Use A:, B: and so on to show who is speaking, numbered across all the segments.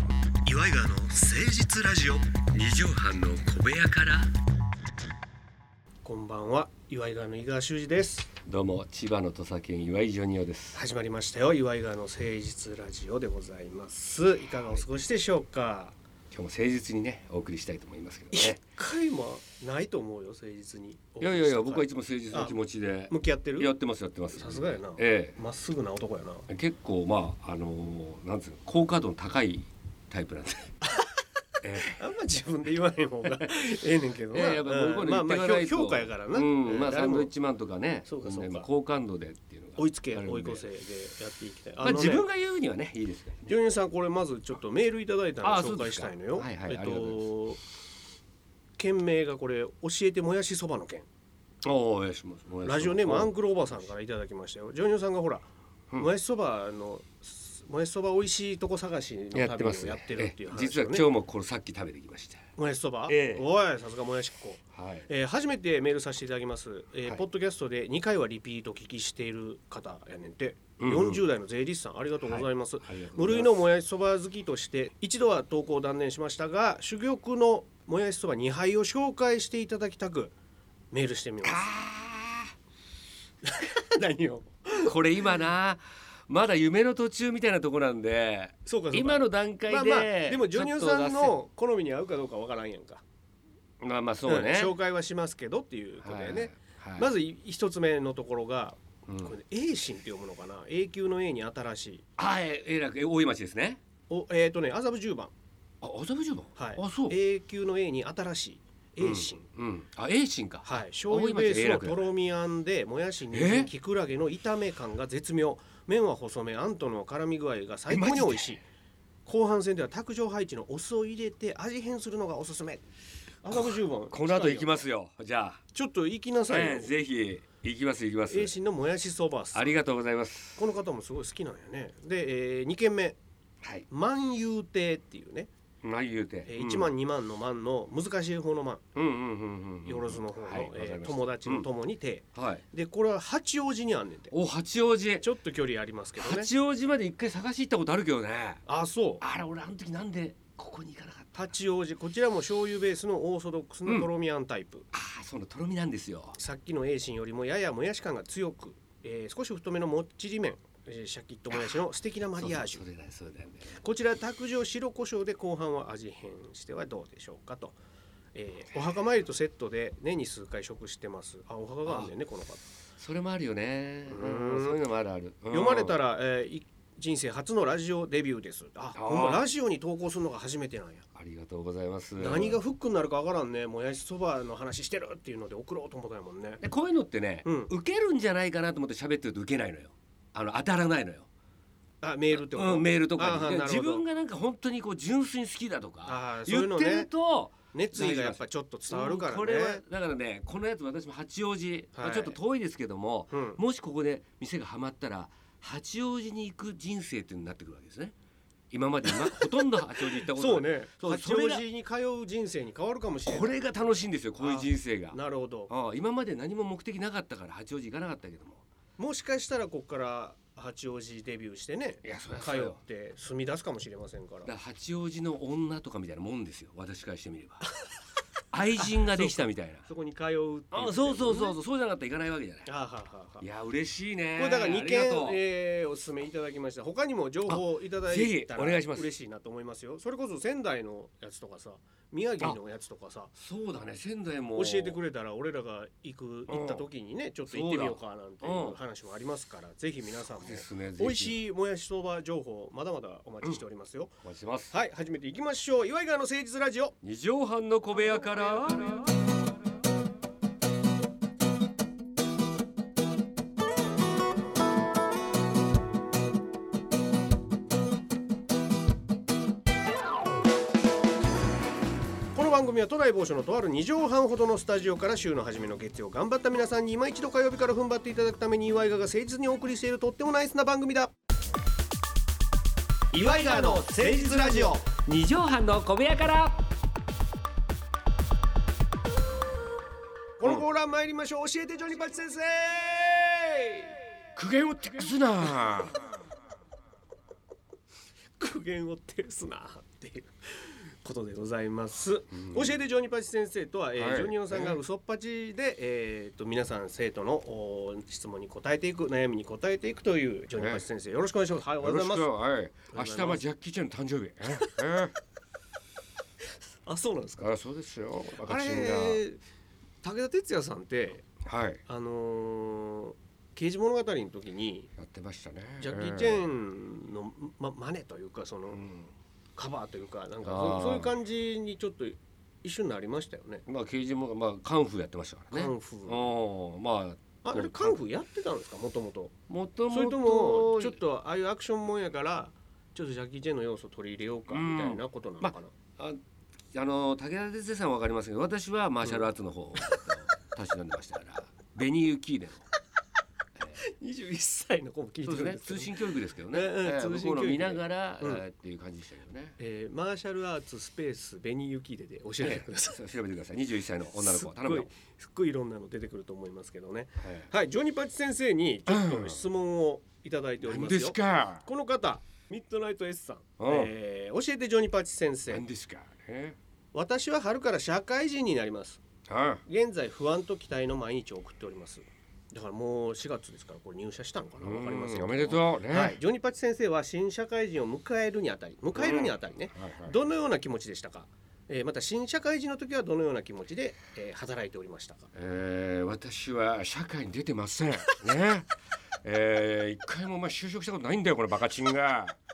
A: イガーの誠実ラジオ
B: 二畳半の小部屋から
C: こんばんは岩井川の井川修司です
B: どうも千葉の土佐県岩井ジョニオです
C: 始まりましたよ岩井川の誠実ラジオでございますいかがお過ごしでしょうか
B: 今日も誠実にねお送りしたいと思いますけど
C: 一
B: ね
C: 回もないと思うよ誠実に
B: いやいやいや僕はいつ
C: も
B: も誠実な気持ちで
C: 向き合ってる
B: やってますやってます
C: さすがやな
B: え
C: まっすぐな男やな
B: え結構まああのーなんつうの好感度の高いタイプなんでえ
C: あんま自分で言わへん方がええねんけど
B: え
C: な、
B: ええやっぱこういうこ
C: う
B: と
C: ん まあ
B: 言っ
C: ま
B: て
C: あ
B: かないと
C: 評評価やからな、
B: うんまあ
C: 誰
B: サン
C: も
B: ドイッチマンとかね
C: そうかそうか
B: みんな今好感度でっていうのが
C: 追いつけ
B: あるんで
C: 追い越せでやっていきたい
B: まあ自分が言うにはねいいですけどね
C: ジョニーさんこれまずちょっとメールいただいたの
B: あ
C: 紹
B: そうで
C: 介し
B: すか
C: たいのよ。
B: はいはい
C: えっ
B: ありがとう
C: と件名がこれ教えてもやしそばの件。
B: おお願いしますお願いします
C: ラジオネーム
B: うん
C: アンクルおばさんからいただきましたよ。ジョニーさんがほら、
B: うん
C: もやしそばのもやしそば美味しいとこ探しの旅
B: やってま
C: を
B: すね
C: やってるっていう
B: え
C: 話、ね、
B: え実は今日もこれさっき食べてきまし
C: もやしそば、
B: ええ
C: おいさすがもやしっ子。
B: たはい
C: えー初めてメールさせていただきます、えー
B: はい
C: ポッドキャストで2回はリピート聞きしている方やねんて、
B: うんうん
C: 40代の税理士さんありがとうございます、
B: はいありがとうご
C: 無
B: ざい
C: 類
B: ます
C: のもやしそば好きとして一度は投稿を断念しましたが珠玉のもやしそば2杯を紹介していただきたくメールしてみ ます
B: あ
C: 何を
B: ーこれ今なまだ夢の途中みたいなとこなんで
C: そうかそうか
B: 今の段階で、
C: まあまあでもジョニオさん
B: ちょっ
C: の好みに合うかどうかわからんやんか
B: と出せまあまあそうね、
C: ん紹介はしますけどっていうことだよね、
B: はい、はい
C: まずい一つ目のところが、
B: うん
C: これ A 心って読むのかな永久の A に新しい
B: あええらくえ大井町ですね
C: おえっ、とね麻布十番
B: あ麻布十番
C: はい、
B: あそう
C: A 級の A に新しい A 芯、
B: うんあ栄心か
C: はい、醤油ベース
B: 大井町 A
C: の
B: 楽
C: とろみあんでもやしにんじ
B: え
C: んきくらげの炒め感が絶妙麺は細めあんとの絡み具合が最高に美味しい後半戦では卓上配置のお酢を入れて味変するのがおすすめ赤部十番
B: この後行き
C: ま
B: ますよじゃあ、
C: ちょっと行きなさいよ
B: ええ、ぜひ行きます行きます
C: A 芯のもやしそばさん
B: ありがとうございます
C: この方もすごい好きなんよねで、え2軒目
B: はい
C: 万有亭っていうね、
B: まあ言うて、
C: え1万2万の万の難しい方の万
B: うんうんうんうんうん
C: よろずの方の、
B: はいわかり
C: えー
B: ました
C: 友達の友に亭、
B: うんはい
C: でこれは八王子にあんねんて
B: お八王子
C: ちょっと距離ありますけどね
B: 八王子まで一回探し行ったことあるけどね
C: あそう
B: あれ俺あの時なんでここに行かなかった
C: 八王子こちらも醤油ベースのオーソドックス
B: う
C: の
B: ん
C: とろみあんタイプ、
B: ああそのとろみなんですよ
C: さっきの A 心よりもややもやし感が強く、えー少し太めのもっちり麺、えーシャキッともやしの素敵なマリアージュ
B: そうそうそれだよそれだよね
C: こちら卓上白胡椒で後半は味変してはどうでしょうかと、えーお墓参りとセットで年に数回食してますあお墓があんねんねこの方
B: それもあるよね
C: うん
B: うんそういうのもあるある
C: 読まれた
B: ら
C: ら、えーい人生初のラジオデビューですあ
B: あー
C: ほんまラジオに投稿するのが初めてなんや
B: ありがとうございます
C: 何がフックになるかわからんねもやしそばの話してるっていうので送ろうと思ったんやもんね
B: でこういうのってね
C: うん
B: 受けるんじゃないかなと思って喋ってると受けないのよあの当たらないのよ
C: あメールってこと、
B: うんメールとか
C: あーは
B: にで
C: なるほど
B: 自分がなんか本当にこう純粋に好きだと
C: あ
B: か
C: ーそういう
B: 言
C: の
B: っ
C: ね
B: てると
C: 熱意がやっぱちょっと伝わるからね、
B: うんこれはだからねこのやつ私も八王子まあ
C: はい
B: ちょっと遠いですけども
C: うん
B: もしここで店がハマったら八王子に行く人生っていうのになってくるわけですね今まで今ほとんど八王子行ったことない
C: そうね
B: そう
C: 八
B: それ
C: 王
B: が
C: 子に通う人生に変わるかもしれない
B: これが楽しいんですよこういう人生が
C: なるほど
B: ああ今まで何も目的なかったから八王子行かなかったけども
C: もしかしたらここから八王子デビューしてね
B: いやそりゃ
C: 通
B: そうよ
C: って住み出すかもしれませんから
B: だから八王子の女とかみたいなもんですよ私からしてみれば 愛人ができたみたいな
C: そこに通うってい
B: あそうそうそうそうそうじゃなかったら行かないわけじゃない
C: あはははい
B: や嬉しいね
C: これだから
B: あ
C: 2
B: りが
C: 件
B: とう、
C: えーおすすめいただきました他にも情報いただいたら
B: あぜひお願いします
C: 嬉しいなと思いますよそれこそ仙台のやつとかさ宮城のやつとかさ
B: そうだね仙台も
C: 教えてくれたら俺らが行く行った時にねちょっと行ってみようかなんていう話もありますからぜひ皆さんも
B: ですね
C: 美味
B: い
C: しいもやしそば情報まだまだお待ちしておりますよ、
B: お待ちしてます
C: はい始めていきましょう岩井川の誠実ラジオ
B: 二畳半の小部屋から
C: この番組は都内某所のとある2畳半ほどのスタジオから週の初めの月曜頑張った皆さんに今一度火曜日から踏ん張っていただくために岩井川が誠実にお送りしているとってもナイスな番組だ岩井川の誠実ラジオ
B: 二畳半の小部屋から
C: このコーナー参りましょう教えてジョニパチ先生
B: 苦言をテックすな
C: 苦言を呈すなってっていうことでございます。教えてジョニーパチ先生とは、えー
B: はい
C: ジョニオさんが嘘っぱちで、えー、と皆さん生徒のおー質問に答えていく悩みに答えていくというジョニーパチ先生、よろしくお願いします。 はい、おはようございます。
B: はい。
C: おはようござい
B: 明
C: ます
B: 日はジャッキーちゃんの誕生日。ええ
C: あ、そうなんですか。
B: あそうですよ。
C: あ
B: 赤
C: れ
B: チンが。
C: 武田鉄矢さんって
B: はい。
C: あのー刑事物語の時に
B: やってましたね。
C: ジャッキー・チェーンのまマネというかその
B: うん
C: カバーというかなんかそ
B: あー
C: そういう感じにちょっと一瞬なりましたよね。
B: まあ刑事もまあカンフーやってましたからね。
C: カンフー
B: うんまあ
C: あれカンフーやってたんですかもともと。
B: もともと
C: それともちょっとああいうアクションもんやからちょっとジャッキー・チェーンの要素取り入れようかみたいなことなのかな。
B: ああの武田鉄矢さんはわかりますけど私はマーシャルアーツ の方をたしなんでましたから「ベニユキーネの」
C: 21歳の子も聞い
B: そう
C: てるん
B: ですね
C: ですけど
B: 通信教育ですけどね、
C: ええ
B: ええ
C: 通信
B: 僕の
C: 教育
B: 見ながら、
C: うん
B: ええっていう感じでしたけどね。
C: えーマーシャルアーツスペースベニユキーデで教えてください。
B: 調べてください21歳の女の子頼む
C: す
B: よ
C: っごい、すっごいいろんなの出てくると思いますけどね。
B: ええ
C: はい、ジョニーパチ先生にちょっと質問をいただいており
B: 何
C: ま
B: です
C: よ
B: す。か
C: この方、ミッドナイト S さん、
B: うん
C: えー教えてジョニーパチ先生
B: 何。ですかね
C: 私は春から社会人になります。
B: あ
C: 現在不安と期待の毎日を送っております。だからもう4月ですからこれ入社したのかなわかります
B: うんおめでとうね
C: はい、ジョニーパチ先生は新社会人を迎えるにあたり、迎えるにあたりね、
B: はいはい
C: どのような気持ちでしたか、えーまた新社会人の時はどのような気持ちで、えー働いておりましたか
B: えー私は社会に出てま せんねえー一回もまあ就職したことないんだよこのバカチン が、ね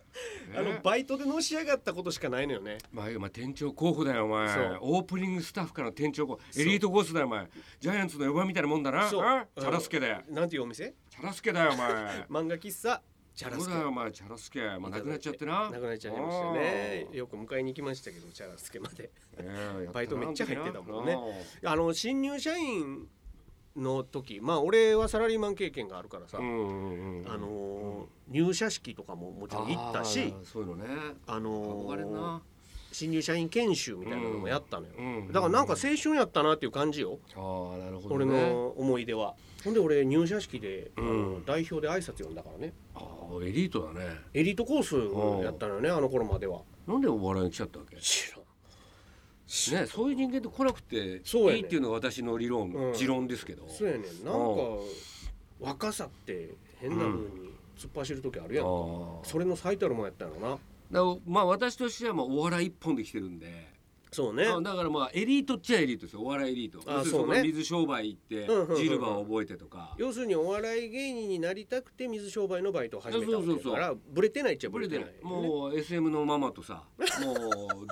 C: あのバイトでのし上がったことしかないのよね
B: まあ、まあ店長候補だよお前
C: そう
B: オープニングスタッフからの店長候補エリートコースだよお前ジャイアンツの4番みたいなもんだな
C: そう
B: あ
C: うん
B: チャラスケで
C: なんていうお店
B: チャラスケだよお 前
C: 漫画喫茶チャラス
B: そう
C: ケ
B: だよお前チャラスケ、まあ、なくなっちゃってな
C: なくなっちゃいましたねよく迎えに行きましたけどチャラスケまで
B: うんねえやたな
C: バイトめっちゃ入ってたもんね
B: あの
C: あの新入社員の時まあ俺はサラリーマン経験があるからさ、
B: うんうんうん
C: あのー入社式とかももちろん行ったし
B: あーそういうのね
C: あの
B: 憧れる
C: ー
B: な
C: 新入社員研修みたいなのもやったのよ、
B: うん
C: だからなんか青春やったなっていう感じよ、
B: ああなるほ
C: 俺
B: ど、ね、
C: の思い出はほんで俺入社式で、あの
B: うん
C: 代表で挨拶呼んだからね
B: ああエリートだね
C: エリートコースやったのよねあの頃までは
B: なんでお笑いに来ちゃったわけ
C: 知らん
B: ねそういう人間って来なくてい
C: そうやね
B: いっていうのが私の理論、
C: うん
B: 持論ですけど
C: そうやねんなんか若さって変な風に突っ走る時あるやんか、
B: ああ
C: それの最たるもんやったのな
B: だからまあ私としてはまあお笑い一本で来てるんで
C: そうね
B: あだからまあエリートっちゃエリートですよお笑いエリート
C: あ
B: 要するに
C: そうね
B: こは水商売行って
C: うんうんうん
B: ジルバーを覚えてとか
C: 要するにお笑い芸人になりたくて水商売のバイトを始めたわけ
B: そ
C: だ
B: うそうそう
C: からブレてないっちゃ
B: ブ
C: ブ
B: レ
C: レ
B: て
C: て
B: な
C: ないい、
B: もう SM のママとさもう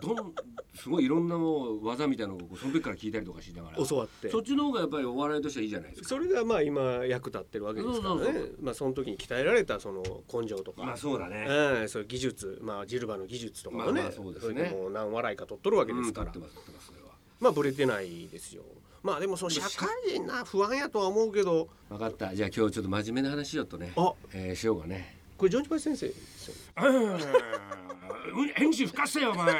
B: どんすごいいろんなもう技みたいなのをこうその時から聞いたりとかしながら
C: 教わって
B: そっちの方がやっぱりお笑いとしてはいいじゃないですか
C: それがまあ今役立ってるわけですからね
B: そうそうそ
C: まあその時に鍛えられたその根性とか、
B: まあそうだね
C: うん、そういう技術、まあ、ジルバの技術とかもね,、
B: まあまあそうですね
C: れもう何笑いか取っとるわけですから、
B: うん、撮ってます撮ってますそれは
C: まあぶれてないですよまあでもその社会人な不安やとは思うけど
B: 分かったじゃあ今日ちょっと真面目な話しよっとね
C: あ
B: えー、しようかね
C: これジョンジパイ先生ですよね
B: うんエンジン吹かせよお前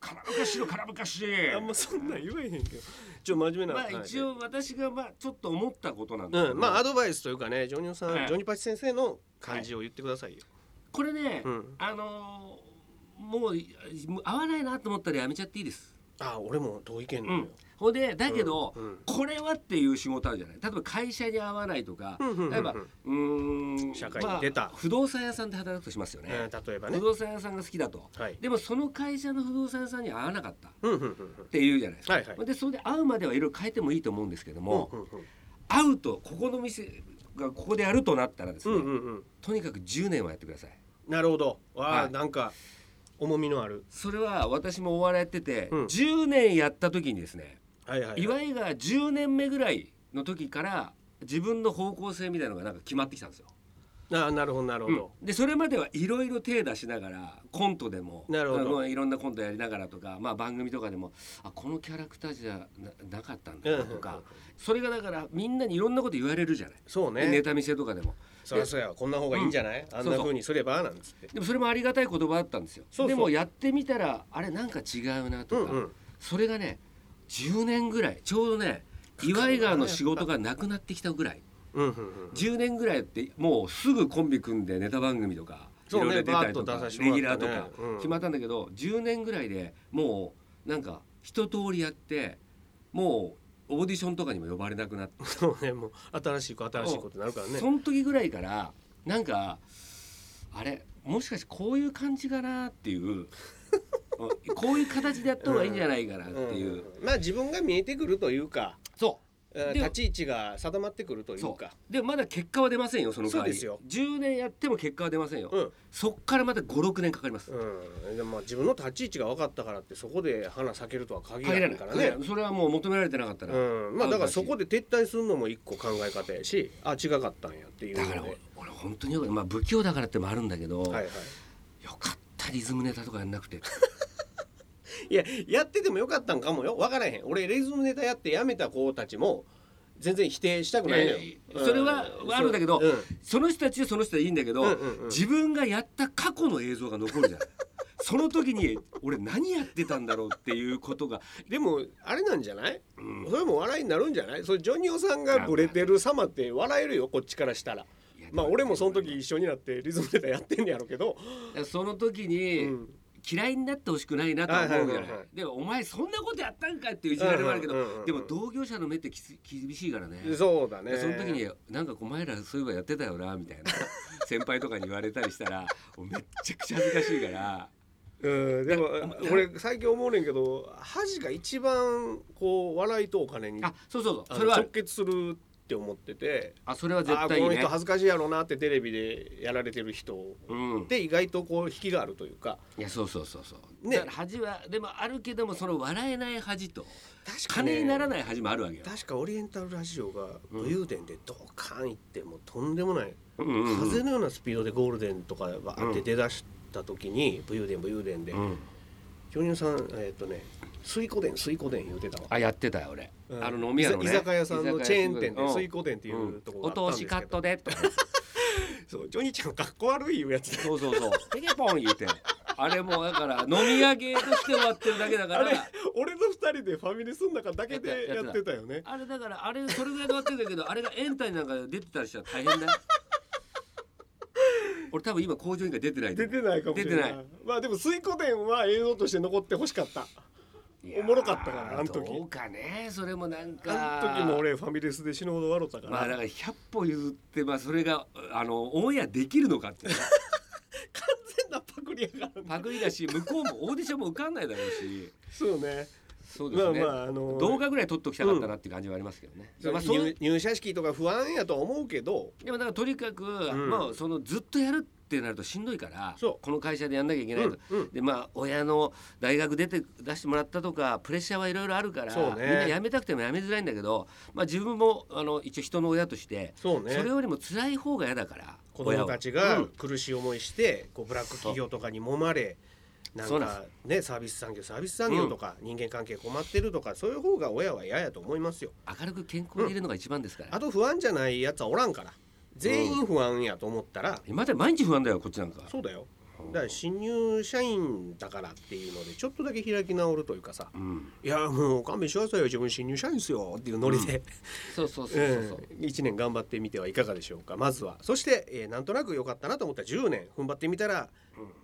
B: 空ぶかしの空ぶかし
C: あんまそんなん言えへんけどちょっと真面目な
B: まあ
C: 話で
B: 一応私がまあちょっと思ったことなんですけ
C: う
B: ど、
C: ん、まあアドバイスというかねジョニオさん、
B: はい
C: ジョニパチ先生の感じを言ってくださいよ、
B: これね、
C: うん
B: あのーもういもう合わないなと思ったらやめちゃっていいです。
C: あ俺も同意見
B: う
C: なのよ
B: ん、ほんでだけど、
C: うんうん
B: これはっていう仕事あるじゃない例えば会社に合わないとか、
C: うんうんうんうん
B: 例えばうーん
C: 社会に出た
B: まあ不動産屋さんで働くとしますよね、
C: うん例えばね
B: 不動産屋さんが好きだと、
C: はい
B: でもその会社の不動産屋さんに合わなかったっ
C: うんうんうんうん
B: ていうじゃないですか、
C: はいはい
B: でそれで会うまではいろいろ変えてもいいと思うんですけども、
C: うんうん
B: 会うとここの店がここでやるとなったらです
C: うん
B: ね、
C: うんうんうん
B: とにかく10年はやってください
C: なるほど。わあ、
B: はい
C: なんか重みのある。
B: それは私もお笑いやってて、
C: うん
B: 10年やった時にですね
C: はいはい、
B: 岩井が10年目ぐらいの時から自分の方向性みたいなのがなんか決まってきたんですよ。
C: あなるほどなるほど。
B: でそれまではいろいろ手出しながらコントでも
C: なるほど
B: あのいろんなコントやりながらとか、まあ、番組とかでもあこのキャラクターじゃななかったんだなと
C: うん
B: か、
C: うんうん
B: それがだからみんなにいろんなこと言われるじゃない、
C: そう
B: でネ
C: ね。
B: タ見せとかでも
C: そりゃそうやこんな方がいいんじゃない？あん
B: そう
C: な
B: そう
C: 風にすればなんつって。
B: でもそれもありがたい言葉だったんですよ
C: そうそう
B: でもやってみたらあれなんか違うな
C: う
B: と
C: ん
B: か、
C: うん。
B: それがね10年ぐらいちょうどね岩井川の仕事がなくなってきたぐらい
C: うんうんうん。
B: 10年ぐらいやってもうすぐコンビ組んでネタ番組とか
C: そうね
B: いろいろ出たりと
C: バーッ
B: か
C: と出させて
B: レギ
C: も
B: ュ
C: ら
B: ラ
C: っ
B: ー
C: た
B: と
C: ね
B: か
C: うん
B: 決まったんだけど、10年ぐらいでもうなんか一通りやってもうオーディションとかにも呼ばれなくなっ て
C: そうねもう新しい子新しい子ってなるからね
B: その時ぐらいからなんかあれもしかしてこういう感じかなっていう うんこういう形でやった方がいいんじゃないかなっていう、
C: うんまあ自分が見えてくるというか
B: そ
C: えー
B: で
C: 立ち位置が定まってくると
B: う
C: いう
B: そ
C: か
B: うでもまだ結果は出ませんよその代わり
C: そうですよ
B: 10年やっても結果は出ませんよ、
C: うん
B: そっからまた56年かかります、
C: うんでもまあ自分の立ち位置が分かったからってそこで花咲けるとは限ら
B: 限
C: な
B: ら
C: い
B: ない
C: か
B: からら
C: ね
B: ね、それはもう求められてなかったら、
C: うん、まあだからそこで撤退するのも一個考え方やしあ違かったんやっていうの
B: だ
C: で
B: から俺俺本当によかったまあ不器用だからってもあるんだけど、
C: はいは
B: よかったリズムネタとかやんなくて
C: い、いややっててもよかったんかもよ分からへん俺リズムネタやってやめた子たちも全然否定したくないのよ
B: いやいやそれは
C: うん
B: あるんだけど
C: そう
B: その人たちはその人はいいんだけど、
C: うんうんうん
B: 自分がやった過去の映像が残 るじゃんその時に俺何やってたんだろうっていうことが、
C: でもあれなんじゃない、
B: うん
C: それも笑いになるんじゃないそれジョニオさんがブレてる様って笑えるよこっちからしたら
B: いや
C: まあ俺もその時一緒になってリズムネタやってんねやろうけど、
B: だからその時に、
C: うん
B: 嫌いになってほしくないなとは思うじゃ
C: はい
B: な
C: はい
B: い
C: はいはい
B: でもお前そんなことやったんかっていういじられもあるけど、
C: うんうんうんうん
B: でも同業者の目ってきつ厳しいからね
C: そうだね
B: その時に「なんかお前らそういえばやってたよな」みたいな 先輩とかに言われたりしたらもうめっちゃくちゃ恥ずかしいから
C: うん、でも俺最近思うねんけど恥が一番こう笑いとお金に
B: あそうそうそ
C: あ
B: う
C: の
B: それはあ
C: 直
B: る
C: 結するって思ってて
B: あそれは
C: あ
B: 絶
C: あこ
B: 対いい
C: の
B: ね
C: 人、恥ずかしいやろうなってテレビでやられてる人
B: うん、
C: で意外とこう引きがあるというか
B: いやそうそうそうそう、
C: ね
B: だから恥はでもあるけどもその笑えない恥と
C: 確
B: 金になら
C: い
B: ない恥もあるわけよ、
C: 確かオリエンタルラジオが武勇伝でドカン行ってもうとんでもない
B: うんうんうん
C: 風のようなスピードでゴールデンとかバーって出だした時に武勇伝武勇伝で
B: うん
C: 巨乳さんえっとね水湖伝水湖伝言うてたわ
B: あやってたよ俺、
C: うん
B: あの飲み屋のね
C: 居酒屋さんの
B: 居
C: チ
B: 酒
C: ェ
B: 屋
C: ーン店
B: う
C: で
B: ん
C: 水湖店っていうところがあ
B: お
C: ったん
B: 通
C: です
B: しカ
C: け
B: ッ
C: ど、
B: トでと
C: そうジョニーちゃんかっこ悪いいうやつ
B: そうそうそうペケポン言うてあれもだから飲み屋芸として終わってるだけだ
C: あ
B: か
C: れ
B: ら
C: 俺の二人でファミレスの中だけでやってたよね
B: あれだからあれそれぐらいで終わってるんだけどあれがエンタになんか出てたりしたら大変だよ俺多分今工場委員会出てないと
C: 出
B: 思う
C: てないかもしれ
B: 出
C: な
B: て
C: い
B: ない
C: まあでも水湖店は映像として残ってほしかった
B: いやー
C: おもろかったからあの時
B: どうかねそれもなんか
C: あの時も俺ファミレスで死ぬほど笑ったから、
B: まあだから100歩譲ってまあそれがあのオンエアできるのかってね
C: 完全なパクリやからね
B: パクリだし向こうもオーディションも受かんないだろうし
C: そうね
B: そうですね、
C: まあまああの
B: 動画ぐらい撮っときたかったなっていう感じはありますけどね、まあ、そう
C: 入入社式とか不安やとは思うけど
B: でもだからとにかく、
C: ん
B: まあそのずっとやるってなるとしんどいから
C: そう
B: この会社でやんなきゃいけないと、
C: うんうん
B: でまあ親の大学出て出してもらったとかプレッシャーはいろいろあるから、
C: そうね
B: みんな辞めたくても辞めづらいんだけど、まあ、自分もあの一応人の親として
C: そうね
B: れよりも辛い方が嫌だから
C: 子供たちが
B: 親は
C: 苦しい思いしてこうブラック企業とかに揉まれなん
B: そうなん
C: かねサービス産業サービス産業とか人間関係困ってるとかそういう方が親は嫌やと思いますよ
B: うん明るく健康でいるのが一番ですから、
C: あと不安じゃないやつはおらんから全員不安やと思ったら
B: 今まで毎日不安だよこっちなんか
C: そうだよだから新入社員だからっていうのでちょっとだけ開き直るというかさ「
B: うん、
C: いやもう勘弁してくださいよ自分新入社員ですよ」っていうノリで
B: そうそうそうそうそう、
C: 1年頑張ってみてはいかがでしょうかまずはそして、えーなんとなく良かったなと思った10年踏ん張ってみたら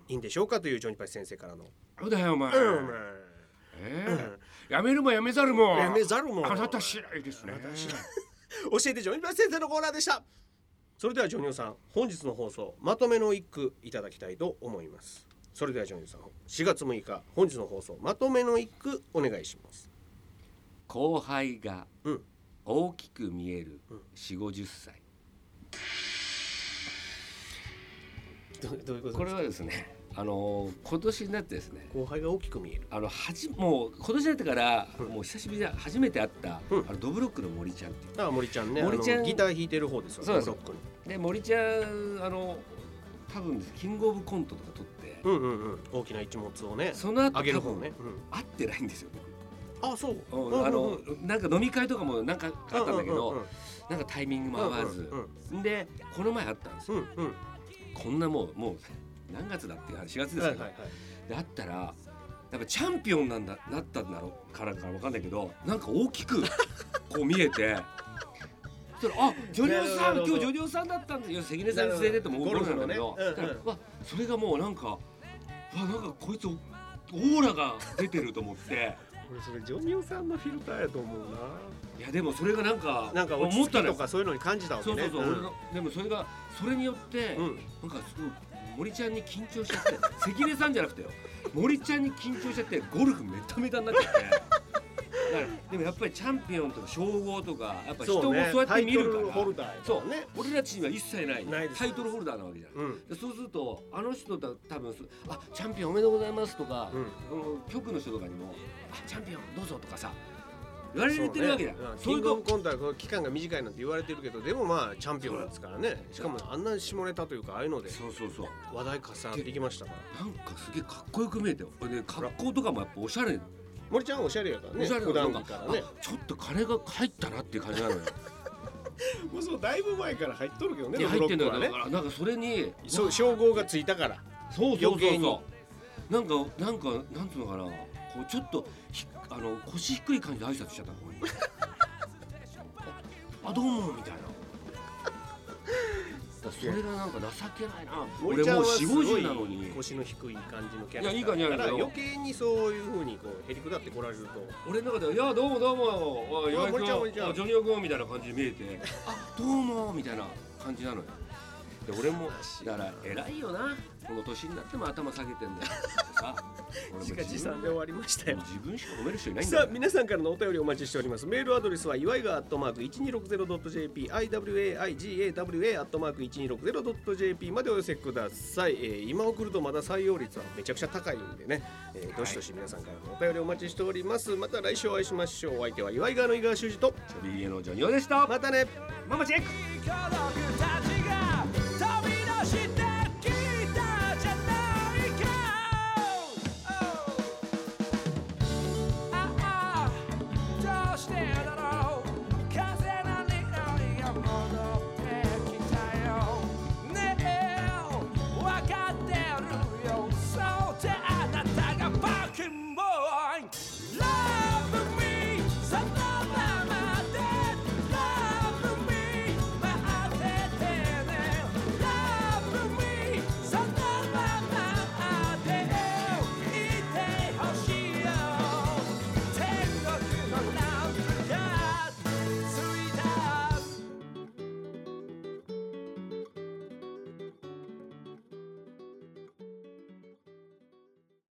C: いいんでしょうかというジョニパチ先生からの
B: そうだよお前、
C: 「
B: ええやめるもやめざるも
C: やめざるも
B: あなた次第ですね
C: 教えてジョニパチ先生」のコーナーでしたそれではジョニオさん本日の放送まとめの一句いただきたいと思いますそれではジョニオさん4月6日本日の放送まとめの一句お願いします
B: 後輩が
C: うん
B: 大きく見える
C: うん
B: 4 5 0歳
C: どどういうこ
B: これはですねあのー今年になってですね
C: 後輩が大きく見える
B: あのはじもう今年になってから、もう久しぶりに初めて会った、
C: うん
B: あのドブロックの森ちゃんってい
C: あ森ちゃんね
B: 森ちゃん
C: あのギター弾いてる方ですよね
B: そうです
C: ロックの
B: うで森ちゃんあの多分キングオブコントとか撮って、
C: うんうんうん大きな一物をね
B: その後
C: あげる
B: 多
C: 方
B: 分
C: ね、
B: 会ってないんですよ
C: あそう、
B: 僕、うん
C: うんうんうん
B: あのなんか飲み会とかもなんかあったんだけど、
C: うんうん
B: なんかタイミングも合わず、
C: うん
B: でこの前会ったんですよ、
C: うんうんうん
B: こんなもうもう何月だっていう話4月です
C: は
B: け
C: い
B: ど、
C: はいはい
B: であったらやっぱチャンピオンなんだな ったんだろうからかわかんないけどなんか大きくこう見えてそれあジョニオさん
C: なるほど
B: 今日ジョニオさんだったんですよ関根さんに連れてっても
C: なる
B: ゴ
C: ほ
B: ル
C: ど
B: フなんだけど、
C: ゴルフのねうんうん
B: まあ、それがもうなんかわなんかこいつオーラが出てると思って
C: 俺それジョニオさんのフィルターやと思う
B: いやでもそれがなんか
C: ななんか落
B: 思
C: ち
B: っ
C: 着
B: た
C: き
B: の
C: と
B: よ
C: かそういうのに感じたわけ
B: そう
C: ね
B: そうそう、
C: ん
B: 俺のでもそれがそれによって、
C: うん
B: なんかすごい森ちゃんに緊張しちゃって関根さんじゃなくてよ森ちゃんに緊張しちゃってゴルフめためたになっちゃってだからでもやっぱりチャンピオンとか称号とかやっぱ人をそうやって見る
C: タイトル
B: か
C: ホ
B: ら
C: ルダーやか
B: そ
C: ら
B: う
C: ね
B: 俺たちには一切ない
C: ないです
B: タイトルホルダーなわけじゃない、
C: うん
B: でそうするとあの人だ多分そうあチャンピオンおめでとうございますとか、
C: うん
B: うん局の人とかにもあチャンピオンどうぞとかさ言われてるわけじゃん
C: そうねうん
B: そ
C: キ
B: うい
C: ン
B: う
C: グオ
B: と
C: ブコントはこう期間が短いなんて言われてるけどでもまあチャンピオンですからねしかもあんな下ネタというかああいうので
B: そうそうそう
C: 話題重なっていきましたから
B: なんかすげえかっこよく見えてで格好とかもやっぱおしゃれ、
C: 森ちゃんはおしゃれやからね
B: おしゃれ
C: 普
B: な
C: 段
B: なんか
C: 着からね
B: あちょっと金が入ったなっていう感じなのよ
C: もうそうだいぶ前から入っとるけど
B: いや入ってんだよだからなんかそれに
C: そう称号がついたから
B: そうそう
C: 余
B: そ
C: 計
B: う
C: に
B: そうなんかなんかなんつうのかなこうちょっとひあの腰低い感じで挨拶しちゃったの俺あどうもみた いなだからそれがなんか情けないな俺
C: 森ちゃん
B: もう
C: はす
B: 四
C: ご
B: 五
C: い
B: 十なのに
C: 腰の低い感じのキャ
B: いや
C: ラ
B: いい
C: クタ
B: 感じ
C: ー
B: な
C: だか
B: んだ
C: ら
B: けど
C: 余計にそういう風にこうへりくだってこられると
B: 俺の中では「いやどうもどうもお
C: あ
B: い岩井
C: 森ちゃん森
B: 君
C: ちゃん
B: あジョニオ君」みたいな感じに見えて「あどうも」みたいな感じなのよで俺もだから偉いよなこの年になっても頭下げてんだよさ俺も
C: 自画自賛
B: 分
C: で終わりましたよ
B: 自分しか褒める人いないんだ
C: さあ
B: よ
C: 皆さんからのお便りお待ちしておりますメールアドレスは祝いがアットマーク 1260.jp iwaigawa アットマーク 1260.jp までお寄せください、えー今送るとまだ採用率はめちゃくちゃ高いんでね、えーどしどし皆さんからのお便りお待ちしておりますまた来週お会いしましょうお相手は祝いがの井川修司と
B: ビリエのジョニオでした
C: またね
B: ママチェック
D: 生きる孤独たち